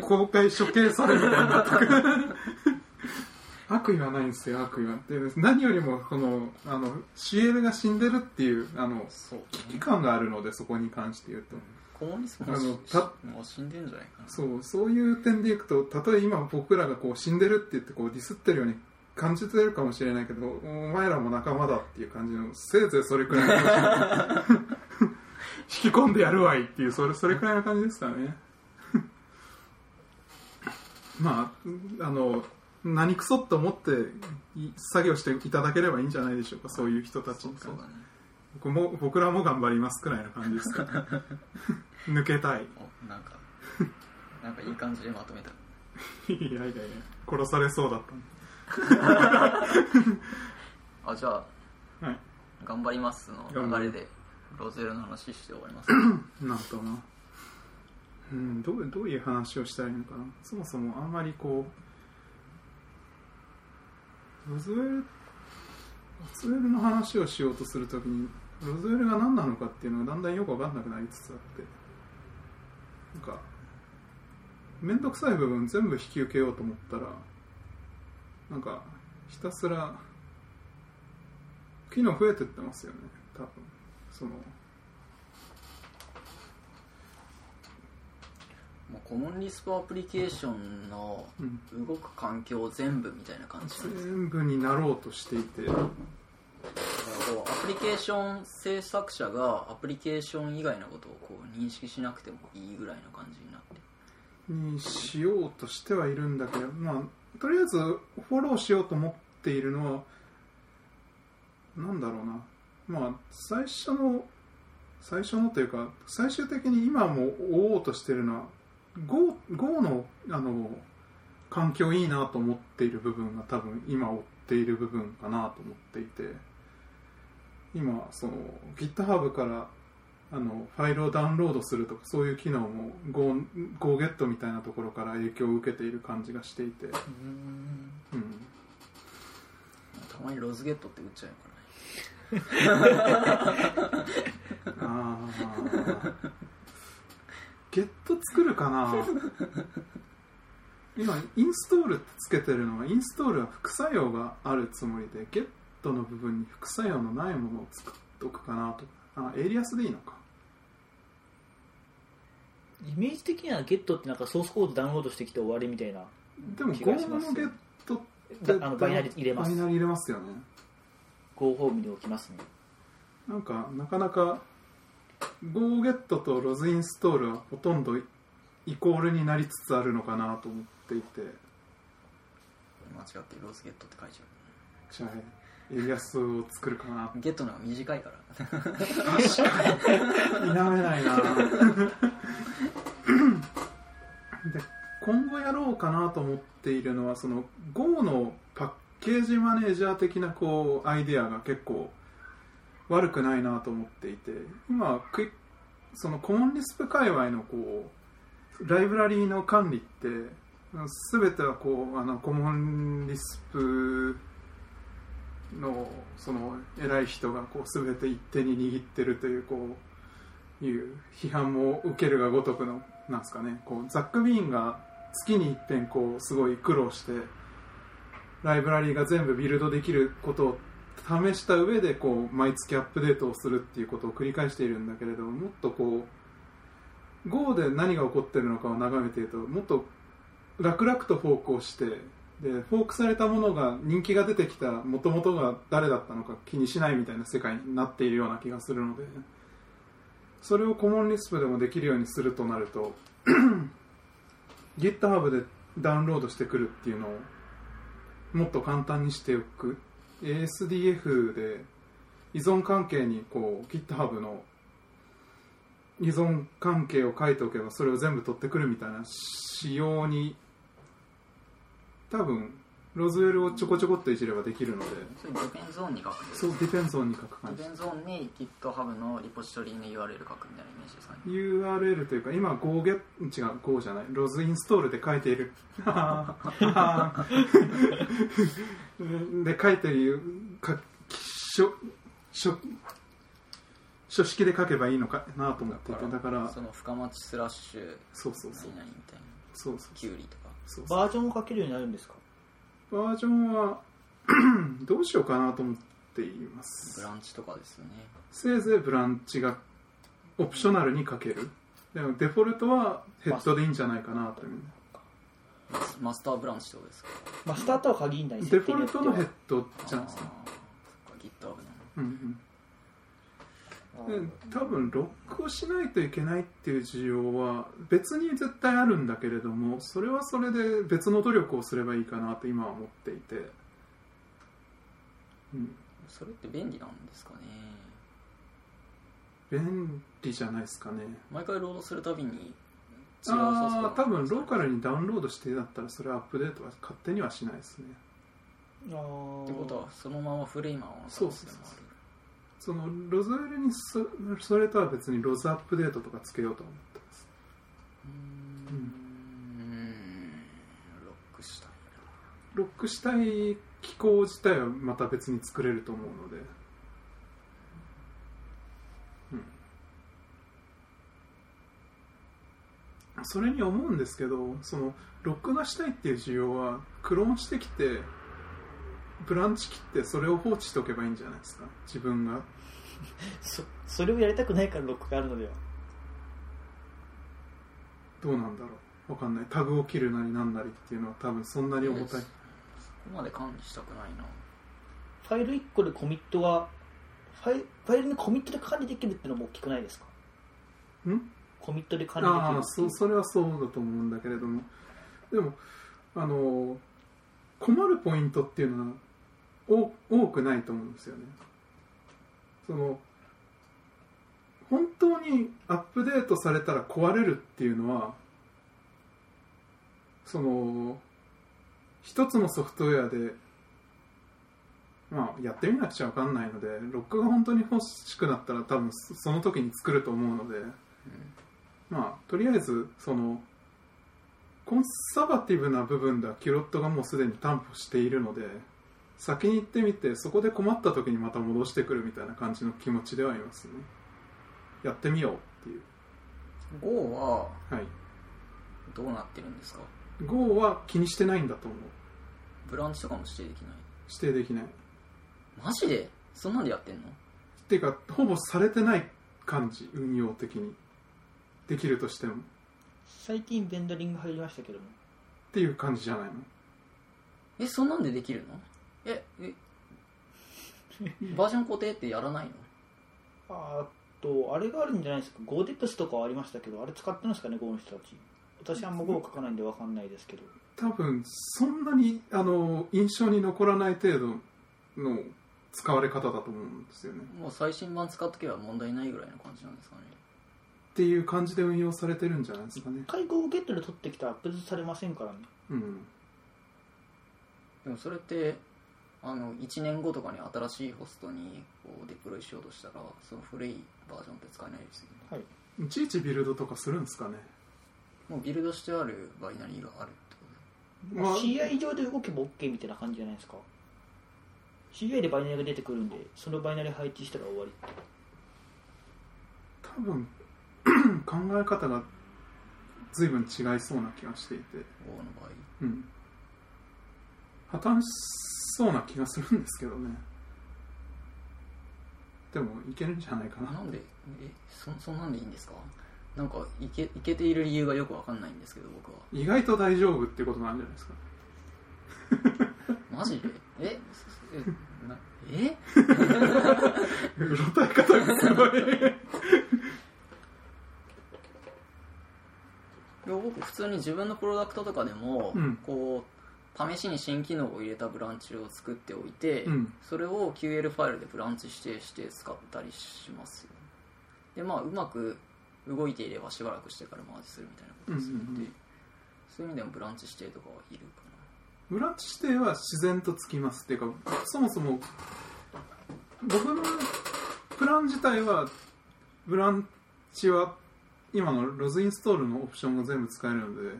B: 公開処刑されるみたいになってくる 悪意はないんですよ悪意はで何よりもこのあの CL が死んでるっていうあの
A: そう
B: 危機感があるのでそこに関して言うと
A: コモニストも
B: あの
A: したもう死んでるんじゃないかな
B: そうそういう点でいくとたとえ今僕らがこう死んでるって言ってこうディスってるように感じてるかもしれないけどお前らも仲間だっていう感じのせいぜいそれくらいの 引き込んでやるわいっていうそれそれくらいの感じですからね まああの何くそと思ってい作業していただければいいんじゃないでしょうかそういう人たち
A: そ
B: に
A: うそうだね
B: 僕も僕らも頑張りますくらいの感じですから 抜けたい
A: おなんかなんかいい感じでまとめた
B: いやいやいや殺されそうだったんで
A: あじゃあ
B: はい
A: 頑張ります
B: 頑
A: の
B: 張
A: 流
B: る
A: れでロゼルの話して終わります
B: なんとなうんどうどういう話をしたらいいのかなそもそもあんまりこうロズウェルロズウェルの話をしようとするときにロズウェルが何なのかっていうのがだんだんよく分かんなくなりつつあってなんか面倒くさい部分全部引き受けようと思ったらなんかひたすら機能増えてってますよね多分その
A: もうコモンリスポアプリケーションの
B: うん
A: 動く環境全部みたいな感じなんです
B: 全部になろうとしていて
A: だからこうアプリケーション制作者がアプリケーション以外のことをこう認識しなくてもいいぐらいの感じになって
B: にしようとしてはいるんだけどまあとりあえずフォローしようと思っているのはなんだろうなまあ最初の最初のというか最終的に今も追おうとしてるのは GO, GO のあの環境いいなと思っている部分が多分今追っている部分かなと思っていて今その GitHub からあのファイルをダウンロードするとかそういう機能も Go, GoGet みたいなところから影響を受けている感じがしていて、うん、
A: たまにロズゲットって打っちゃうからね
B: ああゲット作るかな今インストールってつけてるのはインストールは副作用があるつもりでゲットの部分に副作用のないものを作っとくかなとあエイリアスでいいのか
C: イメージ的にはゲットってなんかソースコードダウンロードしてきて終わりみたいな
B: でも
C: 気が
B: Go
C: します
B: のゲットっ
C: だ
B: て
C: あのバイナリ入れます
B: バイナリ入れますよね
C: 合法見で起きますね
B: なんかなかなか GoGet とロズインストールはほとんどイイコールになりつつあるのかなと思っていて
A: 間違ってロズゲットって書いちゃ
B: じゃあエイリアスを作るかな
A: うゲットの方が短いから
B: 否めないなで今後やろうかなと思っているのはその GO のパッケージマネージャー的なこうアイデアが結構悪くないなと思っていて今クイックそのコモンリスプ界隈のこうライブラリーの管理って全てはこうあのコモンリスプのその偉い人がこう全て一手に握ってるというこういう批判も受けるがごとくのなんですかねこうザック・ビーンが月に一遍こうすごい苦労してライブラリーが全部ビルドできることを試した上でこう毎月アップデートをするっていうことを繰り返しているんだけれどももっとこう Go で何が起こってるのかを眺めているともっと楽々とフォークをしてでフォークされたものが人気が出てきたもともとが誰だったのか気にしないみたいな世界になっているような気がするのでそれをコモンリスプでもできるようにするとなると GitHub でダウンロードしてくるっていうのをもっと簡単にしておく ASDF で依存関係にこう GitHub の依存関係を書いておけばそれを全部取ってくるみたいな仕様に多分ロズウェルをちょこちょこっといじればできるので
A: それディペンゾーンに書く
B: そうディペンゾーンに書く
A: デ
B: 感
A: ィ
B: じ
A: ペンゾーンに GitHub のリポジトリに URL 書くみたいなイメージですかね
B: URL というか今 Go ゲ違う Go じゃないロズインストールで書いている で書いてるか書書書式で書けばいいのかなと思っていてだから
A: その深町スラッシュ
B: そうそうそう
A: 何々みたいな
B: そうそう
A: キュウリとか
B: そうそう
C: バージョンをかけるようになるんですか
B: バージョンは どうしようかなと思っていま
A: ブ
B: す
A: ランチとかですよね
B: せいぜいブランチがオプショナルに書けるでもデフォルトはヘッドでいいんじゃないかなという
A: マスマスターブランチってことですか
C: マスターとは限らない
B: デフォルトのヘッ
C: ド
B: ドじゃないですか、
A: あーそっか GitHub の
B: うんうん、で多分ロックをしないといけないっていう需要は別に絶対あるんだけれどもそれはそれで別の努力をすればいいかなと今は思っていて、うん、
A: それって便利なんですかね
B: 便利じゃないですかね
A: 毎回ロードするたびに違うソース
B: あ
A: が
B: あ多分ローカルにダウンロードしてだったらそれはアップデートは勝手にはしないですね
A: ってことはそのままフレーマーを
B: そうそうそうそのロズウェルにそそれとは別にロズアップデートとかつけようと思ってます
A: うー
B: うん
A: んロックしたい
B: ロックしたい機構自体はまた別に作れると思うので、うん、それに思うんですけどそのロックがしたいっていう需要はクローンしてきてブランチ切ってそれを放置しておけばいいんじゃないですか自分が
C: そそれをやりたくないからロックがあるのでは
B: どうなんだろうわかんないタグを切るなりなんなりっていうのは多分そんなに
A: な
B: 重た
A: そ
B: い
A: こまで管理したくないな
C: ファイル1個でコミットがファイルファイルにコミットで管理できるってのも大きくないですか
B: ん
C: コミットで管理できる
B: ああ
C: ってい
B: そそれはそうだと思うんだけれどもでもあの困るポイントっていうのはお多くないと思うんですよねその本当にアップデートされたら壊れるっていうのはその一つのソフトウェアでまあやってみなくちゃ分かんないのでロックが本当に欲しくなったら多分そその時に作ると思うのでまあ、とりあえずそのコンサバティブな部分ではキュロットがもうすでに担保しているので先に行ってみてそこで困った時にまた戻してくるみたいな感じの気持ちではいますねやってみようっていう
A: うん Go は
B: はい
A: どうなってるんですか
B: Go は気にしてないんだと思う
A: ブランチとかも指定できない
B: 指定できないっ
A: マジでそんなんでやってんの
B: ていうかほぼされてない感じ運用的にできるとしてもっ
C: 最近ベンダリング入りましたけども
B: ていう感じじゃないの
A: えそんなんでできるのええバージョン固定ってやらないの
C: あーっとあれがあるんじゃないですか GoDeps とかはありましたけどあれ使ってますかね Go の人たち私あんま Go 書かないんでわかんないですけど
B: 多分そんなにあの印象に残らない程度の使われ方だと思うんですよね
A: もう最新版使っとけば問題ないぐらいの感じなんですかね
B: っていう感じで運用されてるんじゃないですかね
C: 一回 GoGet で取ってきたらアップデートされませんからね
B: うん
A: でもそれってあの1年後とかに新しいホストにこうデプロイしようとしたらその古いバージョンって使えないですよね
C: はい
B: いちいちビルドとかするんですかね
A: もうビルドしてあるバイナリーがあるってこ
B: まあ
C: CI 上で動けば OK みたいな感じじゃないですか CI でバイナリが出てくるんでそのバイナリ配置したら終わりって
B: 多分 考え方が随分違いそうな気がしてい
A: と
B: て、
A: Go の場合
B: うん、破綻しそうな気がするんですけどねでもいけるんじゃないかな
A: なんでえそそんなんでいいんですかなんかいけいけている理由がよくわかんないんですけど僕は
B: 意外と大丈夫っていうことなんじゃないですか
A: マジでえ そえなえ
B: うろたえ方がすごい
A: でも僕普通に自分のプロダクトとかでも、
B: うん
A: こう試しに新機能を入れたブランチを作っておいて、
B: うん
A: それを QL ファイルでブランチ指定して使ったりしますよでまあうまく動いていればしばらくしてからマージするみたいなことをするんで、
B: うんうんうん
A: そういう意味でもブランチ指定とかはいるかな
B: ブランチ指定は自然とつきますっていうかそもそも僕のプラン自体はブランチは今のロズインストールのオプションが全部使えるので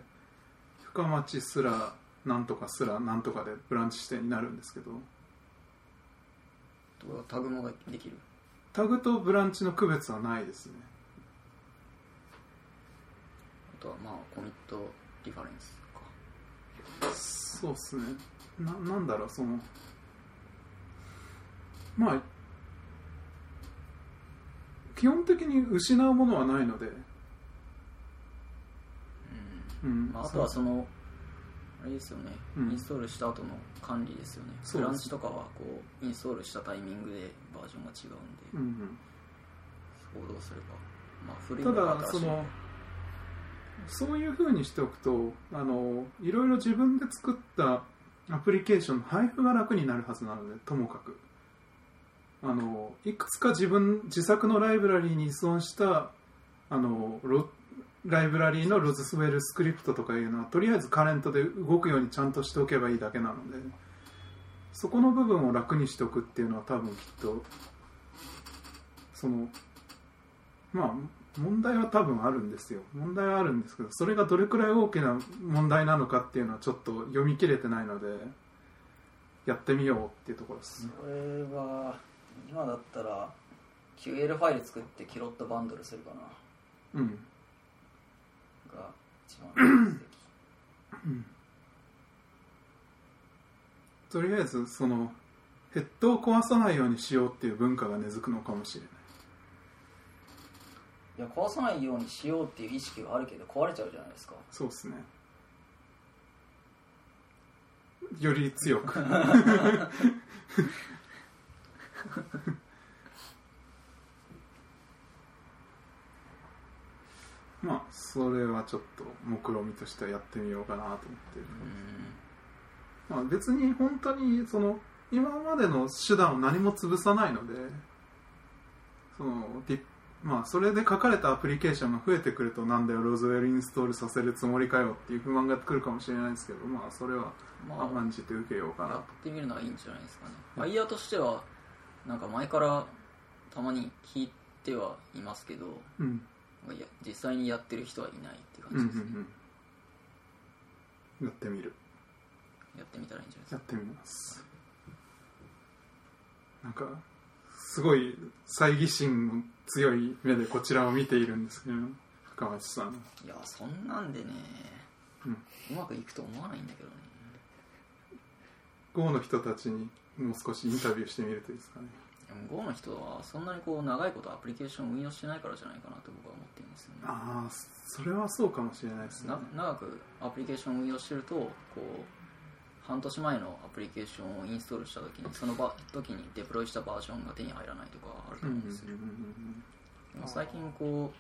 B: 深町すらなんとかすらなんとかでブランチ指定になるんですけど
A: どうタグもできる
B: タグとブランチの区別はないですね
A: あとはまあコミットリファレンスとか
B: そうっすねななんだろうそのまあ基本的に失うものはないので、うん
A: まあ、あとはそのあれですよね、
B: うん
A: インストールした後の管理ですよね
B: そう
A: ブ
B: です
A: ランチとかはこうインストールしたタイミングでバージョンが違うんで、
B: うん
A: そこをどうするか、まあ、
B: う
A: 古
B: ん、
A: い
B: た
A: のか
B: だ
A: 新しい
B: そ
A: の
B: の
A: か
B: そういうふうにしておくとあのいろいろ自分で作ったアプリケーションの配布が楽になるはずなのでともかくあのいくつか自分自作のライブラリーに依存したあのロライブラリーのロズスウェルスクリプトとかいうのはとりあえずカレントで動くようにちゃんとしておけばいいだけなのでそこの部分を楽にしておくっていうのは多分きっとそのまあ問題は多分あるんですよ問題はあるんですけどそれがどれくらい大きな問題なのかっていうのはちょっと読み切れてないのでやってみようっていうところですね
A: これは今だったら QL ファイル作ってキロットバンドルするかな
B: うん
A: が一番
B: とりあえずそのヘッドを壊さないようにしようっていう文化が根付くのかもしれない
A: いや壊さないようにしようっていう意識はあるけど壊れちゃうじゃないですか
B: そうですねより強く まあそれはちょっと目論見みとしてはやってみようかなと思ってる
A: うん
B: まあ、別に本当にその今までの手段を何も潰さないのでそのディまあ、それで書かれたアプリケーションが増えてくるとなんだよローズウェルインストールさせるつもりかよっていう不満が来るかもしれないですけど、まあ、それは
A: まあ
B: 甘んじて受けようか
A: や
B: な
A: ってみるのはいいんじゃないですかねバイヤーとしてはなんか前からたまに聞いてはいますけど
B: うん
A: いや実際にやってる人はいないって
B: うんう
A: 感じ
B: ん
A: ですね、
B: うんやってみる
A: やってみたらいいんじゃないです
B: や
A: か
B: ってみますなんかすごい猜疑心の強い目でこちらを見ているんですけど深町さん
A: いやそんなんでね、
B: うん
A: うまくいくと思わないんだけどね
B: GO の人たちにもう少しインタビューしてみるといいですかね
A: でも GO の人はそんなにこう長いことアプリケーションを運用してないからじゃないかなと僕は思ってるんですよね
B: ああそれはそうかもしれないですね
A: な長くアプリケーションを運用してるとこう半年前のアプリケーションをインストールした時にその場時にデプロイしたバージョンが手に入らないとかあると
B: うんう
A: 思うんんですよ、
B: うん
A: でも最近こ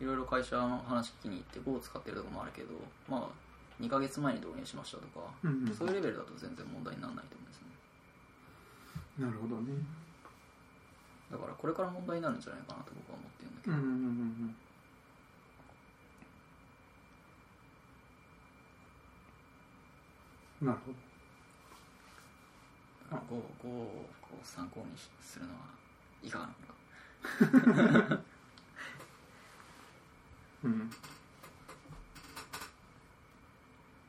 A: ういろいろ会社の話聞きに行って Go を使ってるとこもあるけどまあ2ヶ月前に導入しましたとか、
B: うんうんうん
A: そういうレベルだと全然問題にならないと思うんですね
B: なるほどね
A: だからこれから問題になるんじゃないかなと僕は思ってるんだけ
B: う
A: ど、
B: んうんうんうんなるほど
A: だから Go, Go をこう参考にしするのはいかがなのか
B: うん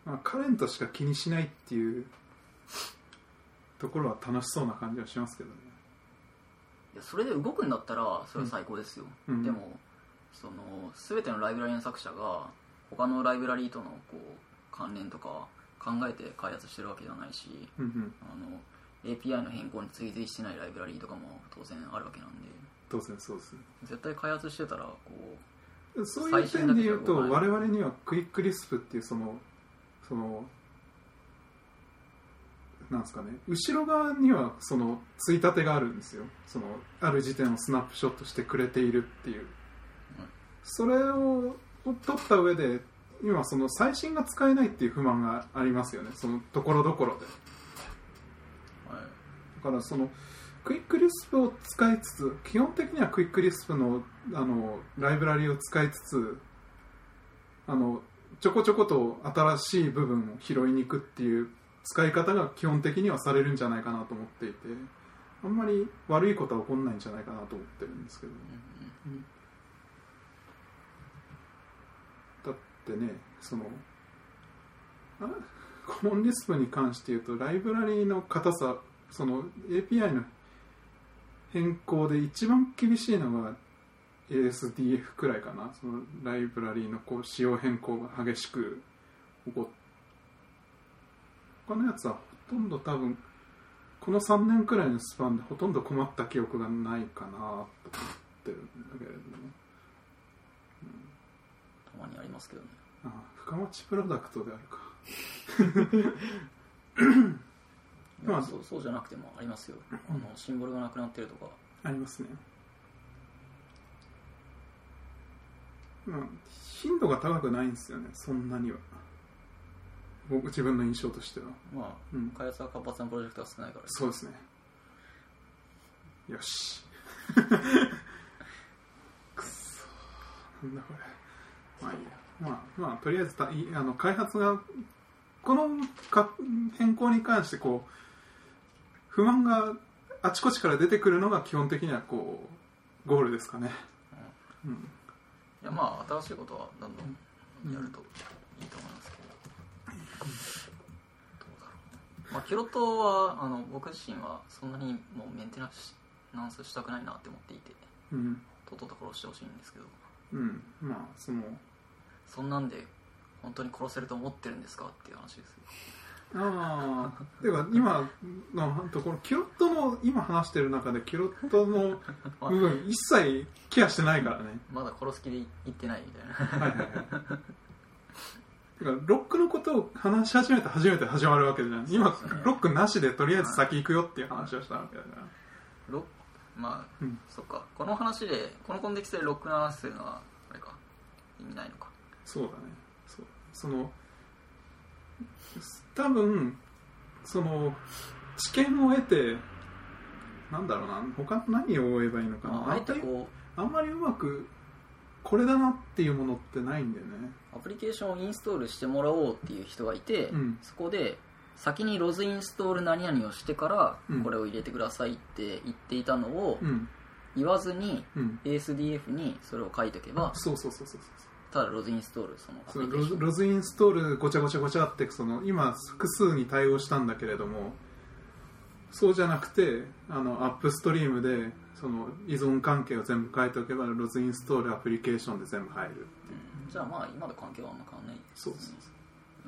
B: まあカレントしか気にしないっていうところは楽しそうな感じはしますけどね
A: いやそれで動くんだったらそれは最高ですよ、
B: うん
A: でもその全てのライブラリの作者が他のライブラリとのこう関連とか考えて開発してるわけではないし
B: うんうん
A: あの API の変更に追随してないライブラリとかも当然あるわけなんで
B: 当然そうですね
A: 絶対開発してたらこう
B: そういう点で言う
A: 最
B: と
A: 新だけど
B: 我々にはクイックリスプっていうそのそのなんですかね後ろ側にはそのついたてがあるんですよそのある時点をスナップショットしてくれているっていう、
A: はい
B: それをを取った上で今その最新が使えないっていう不満がありますよねそのところどころで
A: はい
B: だからそのクイックリスプを使いつつ基本的にはクイックリスプのあのライブラリを使いつつあのちょこちょこと新しい部分を拾いに行くっていう使い方が基本的にはされるんじゃないかなと思っていてあんまり悪いことは起こんないんじゃないかなと思ってるんですけど
A: う
B: だってねそのあコモンリスプに関して言うとライブラリの硬さその API の変更で一番厳しいのが ASDF くらいかなそのライブラリのこう仕様変更が激しく起こっ他のやつはほとんど多分この3年くらいのスパンでほとんど困った記憶がないかなと思ってるんだけれどね
A: んたまにありますけどね
B: ああ深町プロダクトであるか
A: いや
B: まあ
A: そうそうじゃなくてもありますよあのシンボルがなくなってるとか
B: ありますね、まあ、頻度が高くないんですよねそんなには僕自分の印象としては
A: まあ、
B: うん
A: 開発が活発なプロジェクトが少ないから
B: そうですねよし くっそなんだこれまあいいやまあまあとりあえずたいあの開発がこのか変更に関してこう不満があちこちから出てくるのが基本的にはこうゴールですかね、うん、
A: いやまあ新しいことはどんどんやるといいと思いますけど、どうだろうまあキュロットはあの僕自身はそんなにもうメンテナンスナンスしたくないなって思っていて
B: うん
A: とっとと殺してほしいんですけど
B: うんまあその
A: そんなんで本当に殺せると思ってるんですかっていう話ですよ
B: ああていうか今のところキュロットの今話してる中でキュロットの 部分一切ケアしてないからね
A: まだ殺す気でい言ってないみたいな
B: はいはいはいてかロックのことを話し始めて初めて始まるわけじゃない今ロックなしでとりあえず先行くよっていう話をしたわけだから
A: ロまあ、
B: うん
A: そっかこの話でこのコンテキストでロックの話するのはあれか意味ないのか
B: そうだねそうその多分その知見を得てなんだろうな他の何を追えばいいのか
A: ま
B: な
A: ああえてこう
B: あんまりうまくこれだなっていうものってないんだよね
A: アプリケーションをインストールしてもらおうっていう人がいて、
B: うん
A: そこで先にロズインストール何々をしてか
B: う
A: ら
B: ん
A: これを入れてくださいって言っていたのを
B: うん
A: 言わずに
B: うん
A: ASDF にそれを書いとけば
B: そうそうそうそうそう
A: ただロズインストールそのア
B: そ
A: プリ
B: の
A: ケ
B: ロ
A: ーシ
B: ズ
A: ョン
B: ロズインストールごちゃごちゃごちゃってその今複数に対応したんだけれどもそうじゃなくてあのアップストリームでその依存関係を全部書いておけばロズインストールアプリケーションで全部入る
A: じゃあまあ今と関係はあんま変わんないです
B: そう
A: ね
B: そう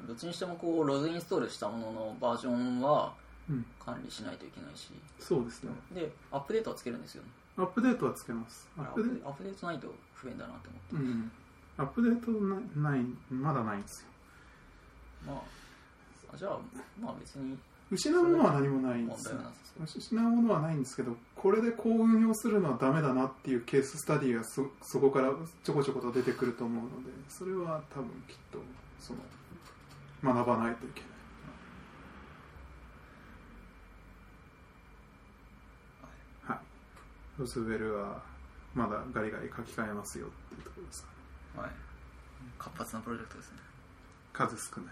A: どっちにしてもこうロズインストールしたもののバージョンは
B: うん
A: 管理しないといけないし
B: そうですね
A: でアップデートはつけるんですよね
B: アップデートはつけますア
A: ア
B: ップデー
A: ッ
B: ト
A: プアップデートないと不便だなって思って
B: うんアップデートなないまだないんですよ
A: まああじゃあまあ別に
B: 失うものは何もないんで
A: 問
B: す
A: 題
B: よ
A: はなさそう
B: 失うものはないんですけどこれでこう運用するのはダメだなっていうケーススタディがそそこからちょこちょこと出てくると思うのでそれは多分きっとその学ばないといけないはいロズウェルはまだガリガリ書き換えますよっていうところですかね
A: はい、活発なプロジェクトですね
B: 数少な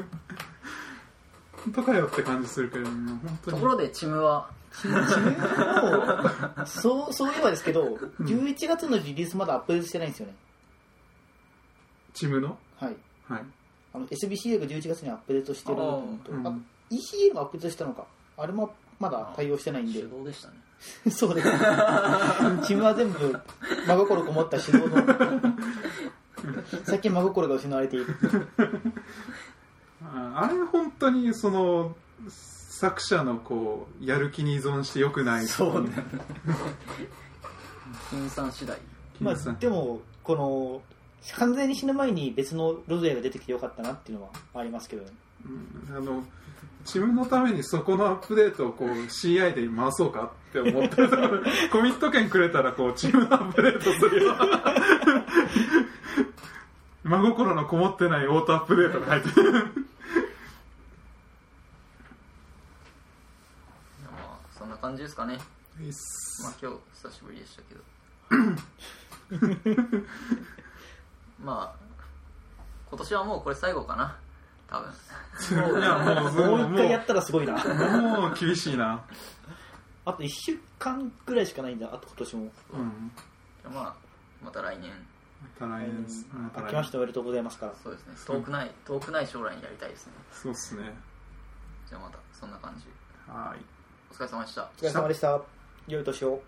B: い 本当かよって感じするけれども本当
A: と
B: に
A: ころでチムは
C: もうそうそういえばですけど、11月のリリースまだアップデートしてないんですよね。
B: チームの
C: はい。
B: はい
C: あの SBCA が11月にアップデートしてるのと、
B: あー
C: あ
B: うん
C: ECA がアップデートしたのか、あれもまだ対応してないんで
A: 手、動でしたね
C: そうです。チームは全部真心こもった指導 の、最近真心が失われている。
B: ああれ本当にその作者のこうやる気に依存してよくな い
C: そうね
A: 金さん次第
C: ま
B: ま
C: あ、でも、この、完全に死ぬ前に別のロズエが出てきてよかったなっていうのはありますけどね。
B: あのチームのためにそこのアップデートをこう CI で回そうかって思ってたコミット権くれたらこうチームのアップデートするよ真心のこもってないオートアップデートが入ってる
A: いやまあそんな感じですかね
B: いいっ
A: まあ
B: す
A: 今日久しぶりでしたけ どまあ今年はもうこれ最後かな多分
B: いやもうも
C: も
B: う
C: う一回やったらすごいな。
B: もう厳しいな
C: あと1週間ぐらいしかないんだ、あと今年も。
B: うん
A: じゃあまあまた来年
B: また来年ですまた
C: 明
B: 来
C: けま
B: 年
C: しておめでとうございますから。
A: そうですね遠くない遠くない将来にやりたいですね
B: そうっすね
A: じゃあまたそんな感じ
B: はーい
A: お疲れ様でした
C: お疲れ様でした。良いお年を。